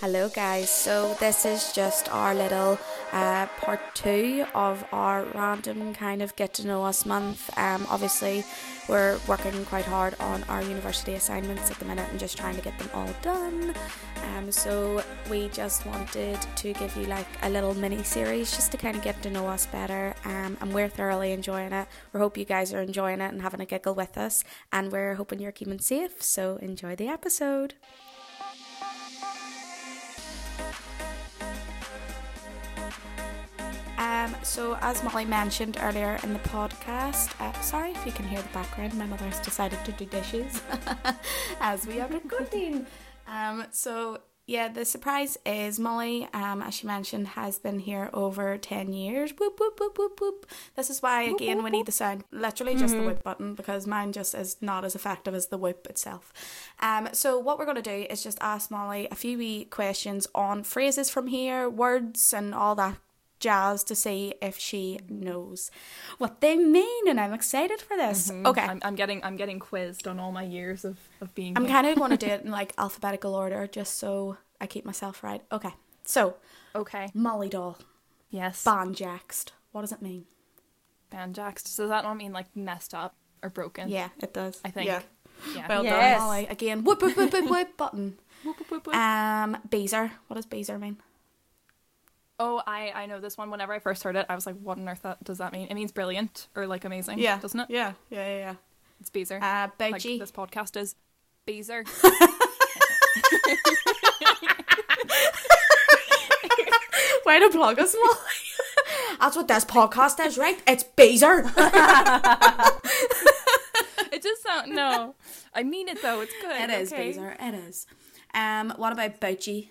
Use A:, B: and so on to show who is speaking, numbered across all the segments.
A: Hello, guys. So, this is just our little uh, part two of our random kind of get to know us month. Um, obviously, we're working quite hard on our university assignments at the minute and just trying to get them all done. Um, so, we just wanted to give you like a little mini series just to kind of get to know us better. Um, and we're thoroughly enjoying it. We hope you guys are enjoying it and having a giggle with us. And we're hoping you're keeping safe. So, enjoy the episode. Um, so, as Molly mentioned earlier in the podcast, uh, sorry if you can hear the background, my mother's decided to do dishes as we are recording. Um, so, yeah, the surprise is Molly, um, as she mentioned, has been here over 10 years. Whoop, whoop, whoop, whoop, whoop. This is why, again, we need the sound. Literally just the whoop button because mine just is not as effective as the whoop itself. Um, so, what we're going to do is just ask Molly a few wee questions on phrases from here, words, and all that jazz to see if she knows what they mean and I'm excited for this. Okay.
B: Mm-hmm. Oh, I'm, I'm getting I'm getting quizzed on all my years of, of being
A: I'm
B: here.
A: kind of going to do it in like alphabetical order just so I keep myself right. Okay. So,
B: okay.
A: Molly doll,
B: Yes.
A: banjaxed. What does it mean?
B: Banjaxed. Does that not mean like messed up or broken?
A: Yeah, it does.
B: I think.
C: Yeah.
B: Yeah.
C: Well
A: Done,
C: done.
D: Yes.
A: Molly. Again, whoop, whoop, whoop, whoop, whoop, button.
B: Whoop, whoop, whoop, whoop.
A: Um, Beezer. What does Beezer mean?
B: oh, I I know this one. Whenever I first heard it, I was like, what on earth that, does that mean? It means brilliant or like amazing.
C: Yeah.
B: Doesn't it?
C: Yeah. Yeah. Yeah. yeah.
B: It's Beezer.
A: Uh,
B: like
A: Boji.
B: this podcast is Beezer.
A: Way to plug us, Molly. That's what this podcast is, right? It's Beezer.
B: it just sound no. I mean it though. It's good.
A: It is
B: okay.
A: Beezer. It is. Um, what about Boji?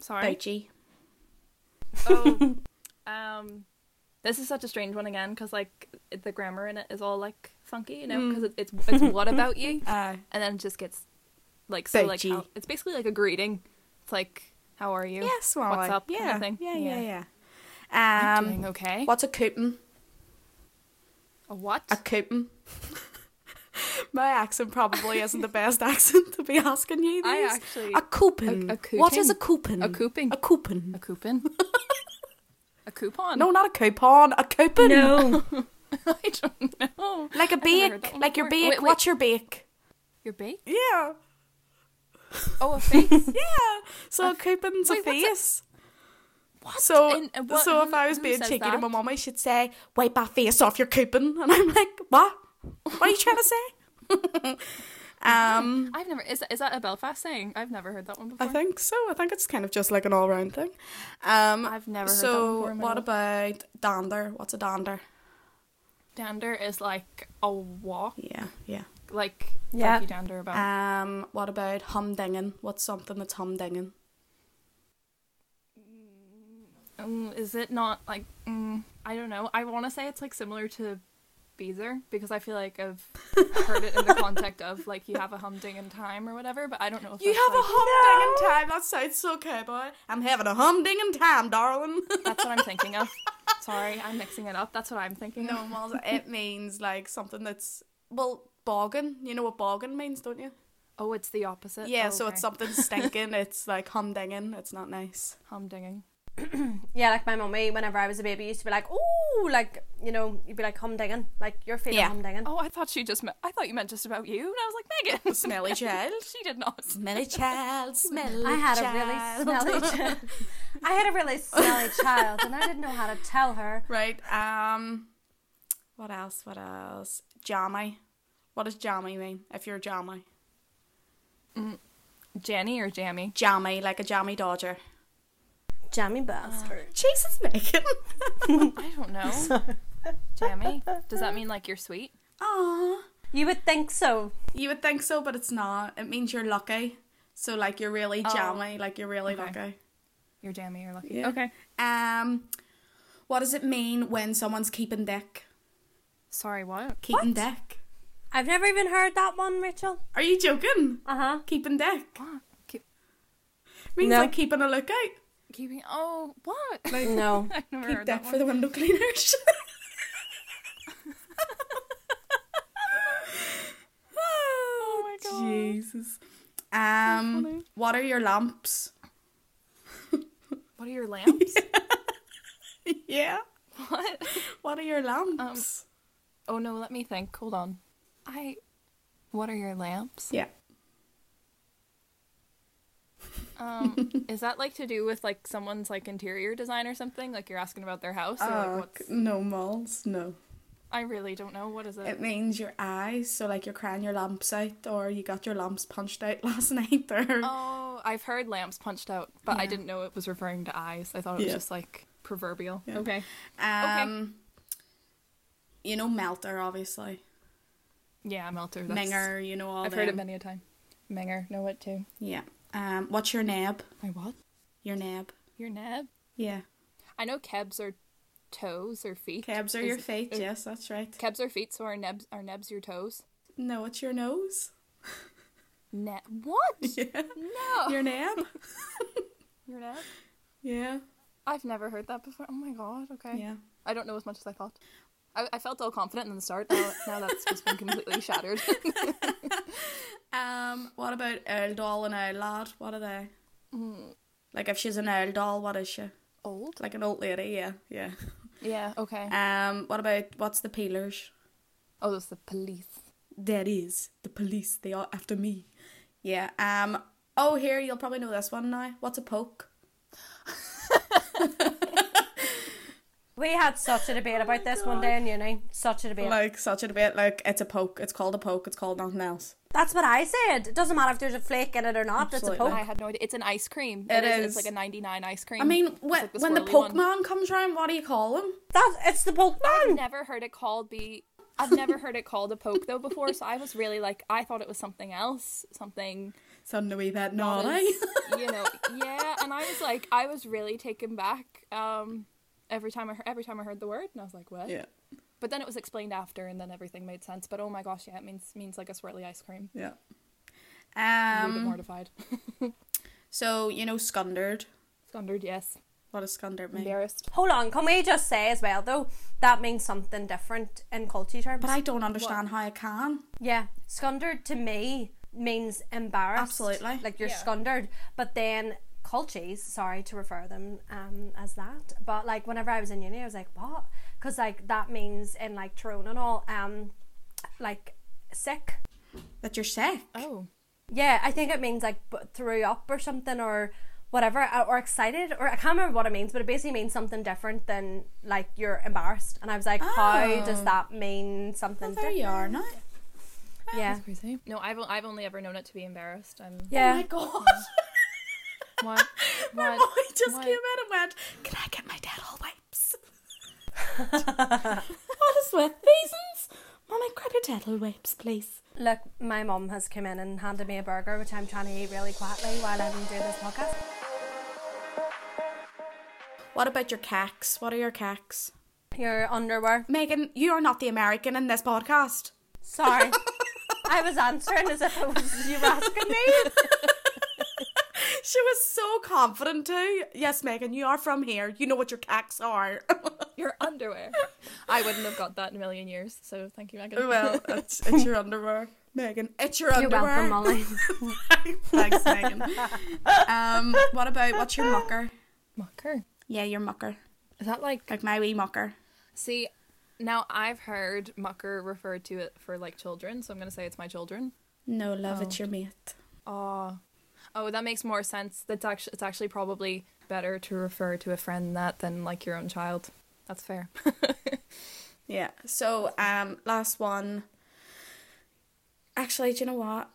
B: Sorry.
A: Boji.
B: Oh, um, this is such a strange one again because like it- the grammar in it is all like funky, you know,
A: Mm.
B: because it, it's it's what about you,
C: Uh,
B: and then it just gets like so like
A: Bitchy.
B: how, it's basically like a greeting. It's like how are you?
A: Yes, Molly.
B: What's up?
A: Yeah.
B: kind of thing.
A: yeah, yeah, yeah,
B: I'm
A: Um,
B: doing okay.
A: what's a coupon?
B: A what?
A: A coupon. My accent probably isn't the best accent to be asking you.
B: I
A: These.
B: actually-
A: a coupon.
B: a- a
A: What is a coupon?
B: coupon. A coupon.
A: A coupon.
B: A coupon. a coupon.
A: No, not a coupon. A coupon.
D: No.
B: I don't know.
A: Like a
B: I've never heard
A: bake.
B: that one
A: Like your bake.
B: before. Wait, wait.
A: What's your bake?
B: Your bake?
A: Yeah.
B: Oh, a face.
A: Yeah. So a coupon's a
B: wait, what's a-
A: face. What? So,
B: In- uh, what-
A: so
B: who-
A: if I was
B: who
A: being
B: says
A: cheeky to my
B: that?
A: mummy, she'd say, "Wipe that face off your coupon," and I'm like, "What? What are you trying to say?" um.
B: I've never. Is that, is that a Belfast saying? I've never heard that one before.
A: I think so. I think it's kind of just like an all round thing. Um,
B: I've never heard that
A: so
B: before in my
A: what
B: life.
A: about dander? What's a dander?
B: Dander is like a walk,
A: Yeah, yeah.
B: like
D: Yeah.
B: donkey dander about.
A: Um, what about humdinging? What's something that's humdinging?
B: Um, is it not like mm, I don't know? I want to say it's like similar to Beezer because I feel like I've heard it in the context of like you have a humding in time or whatever, but I don't know if
A: You
B: that's,
A: have a
B: like,
A: humdinging time. That sounds so cowboy. I'm having a humdinging time, darling.
B: that's what I'm thinking of. Sorry, I'm mixing it up. That's what I'm thinking. of.
A: no, Miles, it means like something that's well bogging. You know what bogging means, don't you?
B: Oh, it's the opposite.
A: Yeah.
B: Oh,
A: So it's
B: okay.
A: something stinking. it's like humdinging. It's not nice.
B: humdinging.
D: Yeah, like my mummy, whenever I was a baby, used to be like, "Ooh, like you know, you'd be like humdinging, like you're feeling
A: Yeah.
D: humdinging."
B: Oh, I thought she just. Me- I thought you meant just about you, and I was like Megan,
A: Smelly child.
B: she did not.
A: Smelly child, smelly
D: I had a really smelly. child. I had a really smelly child, and I didn't know how to tell her.
A: Right. Um. What else? What else? Jammy. What does jammy mean? If you're jammy,
B: Jenny or Jammy?
A: jammy like a jammy dodger.
D: Jammy bastard.
A: Jesus, Megan.
B: I don't know. Jammy. Does that mean like you're sweet?
A: Aw.
D: You would think so.
A: You would think so, but it's not. It means you're lucky. So like you're
D: Oh.
A: really jammy, like you're really lucky.
B: You're Jammy. You're lucky. Okay.
A: Um. What does it mean when someone's keeping dick?
B: Sorry. What?
A: Keeping dick.
D: I've never even heard that one, Rachel.
A: Are you joking?
D: Uh huh.
A: Keeping dick
B: What? Keep-
A: means
D: No.
A: like keeping a lookout.
B: keeping oh what
D: No.
B: I've never
A: Keep
B: heard
A: dick
B: that
A: for
B: one.
A: the window cleaners.
B: oh my god Oh
A: Jesus. Um, what are your lamps?
B: What are your lamps?
A: yeah.
B: What?
A: What are your lamps?
B: Oh no, let me think. Hold on. I. What are your lamps?
A: yeah.
B: Um, is that like to do with like someone's like interior design or something? Like you're asking about their house? Or, like,
A: Oh,
B: what's...
A: no malls, no.
B: I really don't know. What is it?
A: It means your eyes, so like you're crying your lamps out, or you got your lamps punched out last night, or
B: Oh, I've heard lamps punched out, but I
A: Yeah.
B: didn't know it was referring to eyes. I thought it was
A: Yeah.
B: just like proverbial.
A: Yeah.
B: Okay.
A: um, you know melter obviously,
B: Yeah, melter. That's...
A: Menger, you know all.
B: I've heard
A: them.
B: it many a time. Menger. Know it too.
A: Yeah. Um, what's your neb?
B: My what?
A: Your neb.
B: Your neb?
A: Yeah.
B: I know kebs are toes or feet.
A: Kebs are
B: Is-
A: your feet.
B: is-
A: Yes, that's right.
B: Kebs are feet, so are nebs are nebs your toes?
A: No, it's your nose.
B: Ne- what?
A: Yeah.
B: No.
A: Your neb.
B: Your neb?
A: yeah.
B: I've never heard that before. Oh my god. Okay.
A: Yeah.
B: I don't know as much as I thought. I, I felt all confident in the start. Now, now that's just been completely shattered.
A: Um, what about Earl Doll and Earl Lad? What are they?
B: Hmm.
A: Like if she's an Earl Doll, what is she?
B: Old?
A: Like an old lady, yeah, yeah.
B: Yeah. Okay.
A: Um, what about what's the peelers?
B: Oh, it's the police.
A: That is the police. They are after me. Yeah. Um. Oh, here you'll probably know this one now. What's a poke?
D: We had such a debate about this one day in uni. Such a debate.
A: Like such a debate. Like it's a poke. It's called a poke. It's called nothing else.
D: That's what I said. It doesn't matter if there's a flake in it or not. It's
A: Absolutely.
D: a
B: I
D: poke.
B: had no idea. It's an ice cream.
A: It is.
B: It's like a 99 ice cream.
A: I mean,
B: It's
A: wh-
B: like
A: when the
B: swirly one.
A: Pokemon comes round, what do you call him?
D: That it's the poke
B: I've
D: man.
B: never heard it called be. I've never heard it called a poke though before, so I was really like, I thought it was something else, something
A: Something a wee bit
B: that
A: naughty.
B: is, you know, yeah. And I was like, I was really taken back. Um, every time I heard, every time I heard the word, and I was like, what?
A: yeah.
B: But then it was explained after, and then everything made sense. But oh my gosh, yeah, it means means like a swirly ice cream.
A: Yeah.
B: I'm a wee bit
A: Um.
B: mortified.
A: So you know, scundered.
B: Scundered, yes.
A: What does scundered mean?
B: Embarrassed.
D: Hold on, can we just say as well though that means something different in culture terms?
A: But I don't understand how I can.
D: Yeah, scundered to me means embarrassed.
A: Absolutely.
D: like you're
B: Yeah.
D: scundered. But then culties, sorry to refer them um as that. But like whenever I was in uni, I was like, what? Because like that means in like Toronto and all, um, like sick.
A: That you're sick.
B: Oh.
D: Yeah, I think it means like b- threw up or something or whatever uh, or excited or I can't remember what it means, but it basically means something different than like you're embarrassed. And I was like, how does
A: Oh.
D: that mean something?
A: Well, there you are now.
D: different? Yeah.
B: crazy. No, I've o- I've only ever known it to be embarrassed. I'm.
A: Oh my
D: Yeah.
A: god.
B: What?
A: My
B: What?
A: boy just
B: What?
A: came out and went, Can I get my dental wipes? what is with reasons? Mummy, grab your dental wipes, please.
D: Look, my mum has come in and handed me a burger, which I'm trying to eat really quietly while I'm doing this podcast.
A: What about your cacks? What are your cacks?
D: Your underwear.
A: Megan, you are not the American in this podcast.
D: Sorry. I was answering as if it was you were asking me.
A: She was so confident too. Yes, Megan, you are from here. You know what your cacks are.
B: Your underwear. I wouldn't have got that in a million years. So thank you, Megan.
A: well, it's, it's your underwear. Megan, it's your
D: You're
A: underwear.
D: welcome, Molly.
A: Thanks, Megan. um, what about what's your mucker?
B: Mucker.
A: Yeah, your mucker.
B: Is that like?
A: Like my wee mucker.
B: See, now I've heard mucker referred to it for like children, so I'm gonna say it's my children.
A: No, love, it's your mate.
B: Oh. Oh, that makes more sense. That's actually it's actually probably better to refer to a friend that than like your own child. That's fair.
A: Yeah. So, um, last one. Actually, do you know what?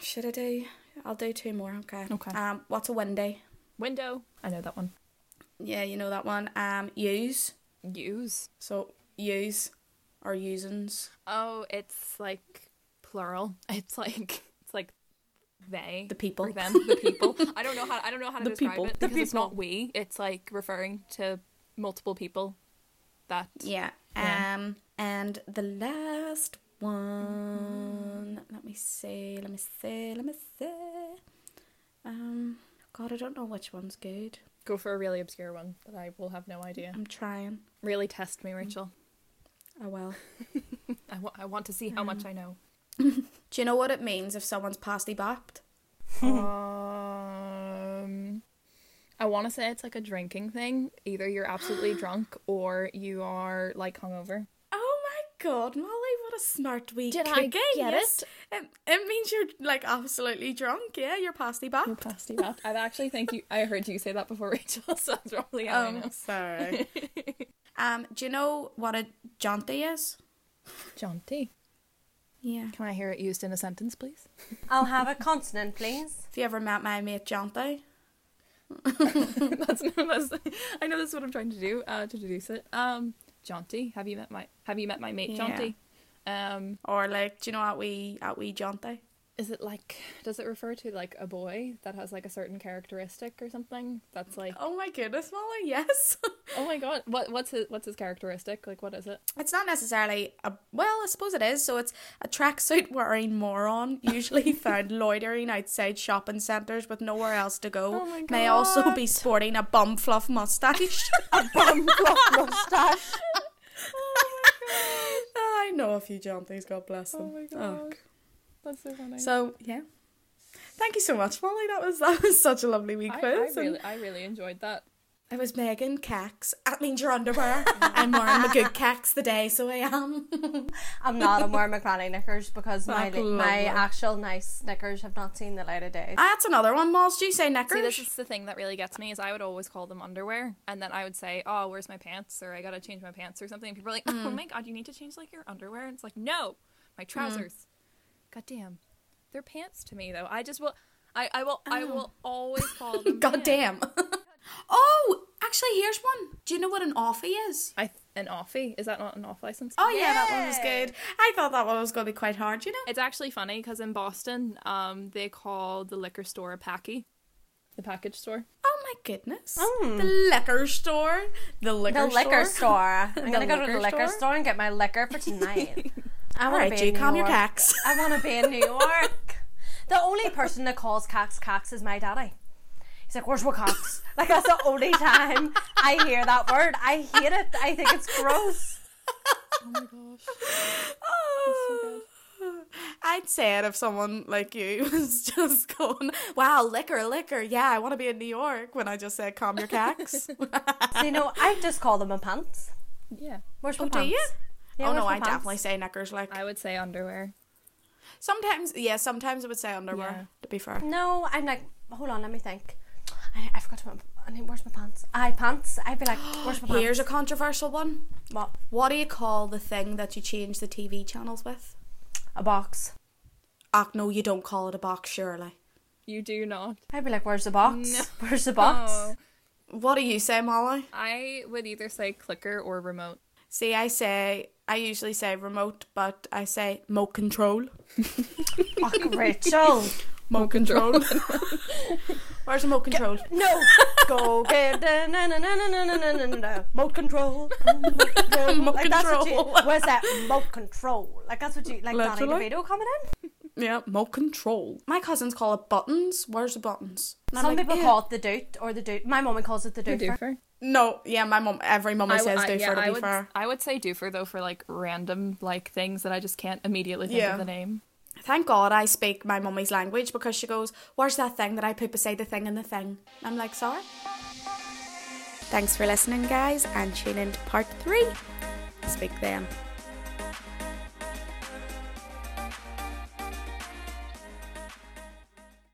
A: Should I do? I'll do two more. Okay.
B: Okay.
A: Um, what's a windy?
B: Window. I know that one.
A: Yeah, you know that one. Um, use.
B: Use.
A: So use, or usins.
B: Oh, it's like plural. It's like it's like they
A: The people.
B: or them the people. I don't know how I don't know how to
A: The
B: describe
A: people.
B: it
A: The
B: because it's
A: people.
B: not we. It's like referring to multiple people. That
A: Yeah.
B: Yeah.
A: Um, and the last one. Let me see. Let me see. Let me see. Um, God, I don't know which one's good.
B: go for a really obscure one that I will have no idea.
A: I'm trying.
B: Really test me, Rachel.
A: Oh well.
B: I wa- I want to see how much I know.
A: Do you know what it means if someone's pasty bopped?
B: um, I want to say it's like a drinking thing. Either you're absolutely drunk or you are like hungover.
A: Oh my god, Molly, what a smart wee
B: Did I
A: cookie.
B: get
A: yes. it? it? means you're like absolutely drunk, yeah, you're pasty back.
B: Pasty bath. I actually think you. I heard you say that before, Rachel. So that's probably how I know.
A: Um, sorry. um, do you know what a jaunty is?
B: Jaunty.
A: Yeah.
B: Can I hear it used in a sentence, please?
D: I'll have a consonant, please.
A: Have you ever met my mate Jaunty?
B: that's, that's I know that's what I'm trying to do uh, to deduce it. Um, Jaunty. Have you met my Have you met my mate
A: Yeah.
B: Jaunty? Um,
A: Or like, do you know at we at we Jaunty?
B: is it like? Does it refer to like a boy that has like a certain characteristic or something? That's like.
A: Oh my goodness, Molly, yes.
B: Oh my god. What What's his What's his characteristic? Like, what is it?
A: it's not necessarily a well, I suppose it is. So it's a tracksuit wearing moron, usually found loitering outside shopping centres with nowhere else to go.
B: Oh my
A: May also
B: God.
A: be sporting a bum fluff mustache.
D: Mustache.
A: I know a few jaunties, God bless them.
B: Oh my
A: Oh,
B: god. That's so funny.
A: So yeah, thank you so much, Molly. That was that was such a lovely wee
B: I,
A: quiz.
B: I
A: and
B: really I really enjoyed that.
A: it was Megan Cax. That means your underwear. I'm wearing my good Cax today, so I am.
D: I'm not. I'm wearing McRae knickers because my
A: Fuck,
D: my
A: lovely.
D: actual nice knickers have not seen the light of day.
A: That's another one, Moss. Do you say knickers?
B: See, this is the thing that really gets me is I would always call them underwear, and then I would say, "Oh, where's my pants?" or "I gotta change my pants" or something. And people are like, "Oh
A: Mm.
B: my god, you need to change like your underwear." And it's like, "No, my trousers." God damn, they're pants to me though. I just will. I, I will
A: Oh.
B: I will always call them.
A: God
B: pants.
A: damn. oh, actually, here's one. Do you know what an offie is?
B: I an offie is that not an off license?
A: Oh yeah, that one was
D: Yay.
A: good. I thought that one was going to be quite hard. You know.
B: It's actually funny because in Boston, um, they call the liquor store a packy, the package store.
A: Oh my goodness. The liquor store. The liquor.
D: the liquor store. I'm gonna go to
A: liquor
D: the liquor
A: store?
D: store? and get my liquor for tonight. I
A: All
D: want
A: right,
D: to be
A: G,
D: in New
A: calm your
D: York.
A: cax.
D: I want to be in New York. The only person that calls Cox Cox is my daddy. He's like, "Where's my Cox?" Like that's the only time I hear that word. I hate it. I think it's gross.
B: Oh my gosh.
A: Oh. I'd say it if someone like you was just going, "Wow, liquor, liquor, yeah, I want to be in New York." When I just said, "Calm your cax."
D: So, you know, I just call them my pants.
B: Yeah.
D: Where's my
A: oh, do
D: pants?
A: you?
D: Yeah,
A: oh
D: where's
A: no,
D: my
A: I
D: pants?
A: definitely say knickers. Like
B: I would say underwear.
A: sometimes, yeah, sometimes I would say underwear.
B: Yeah.
A: To be fair,
D: No, I'm like, hold on, let me think. I, I forgot to. I need, where's my pants? I pants. I'd be like, where's my pants?
A: here's a controversial one.
D: what?
A: What do you call the thing that you change the TV channels with?
D: A box.
A: Ah, no, you don't call it a box, surely.
B: You do not.
D: I'd be like, where's the box? Where's the
B: Oh.
D: box?
A: Oh. What do you say, Molly?
B: I would either say clicker or remote.
A: See, I say, I usually say remote, but I say mo control.
D: Fuck Oh, Rachel.
A: Mo control. Where's the mo control?
D: No. Go get na na na na na na na na na. Moat control. Moat control.
A: Moat
D: like that's what you.
A: control.
D: Where's that moat control? Like that's what you like. Danny
A: Literally.
D: DeVito coming in.
A: Yeah, mo control. My cousins call it buttons. Where's the buttons? And I'm
D: Some
A: like,
D: people
A: "Ew."
D: call it the doot or the doot. My mum calls it the doot.
A: No, yeah, my mom. Every mum
B: I,
A: says
B: I-
A: do
B: yeah,
A: for to
B: I
A: be
B: would,
A: fair.
B: I would say doofer though for like random like things that I just can't immediately think
A: Yeah.
B: of the name.
A: Thank God I speak my mummy's language because she goes, Where's that thing that I put beside the thing and the thing? I'm like, Sorry. Thanks for listening, guys, and tune in to part three. Speak then.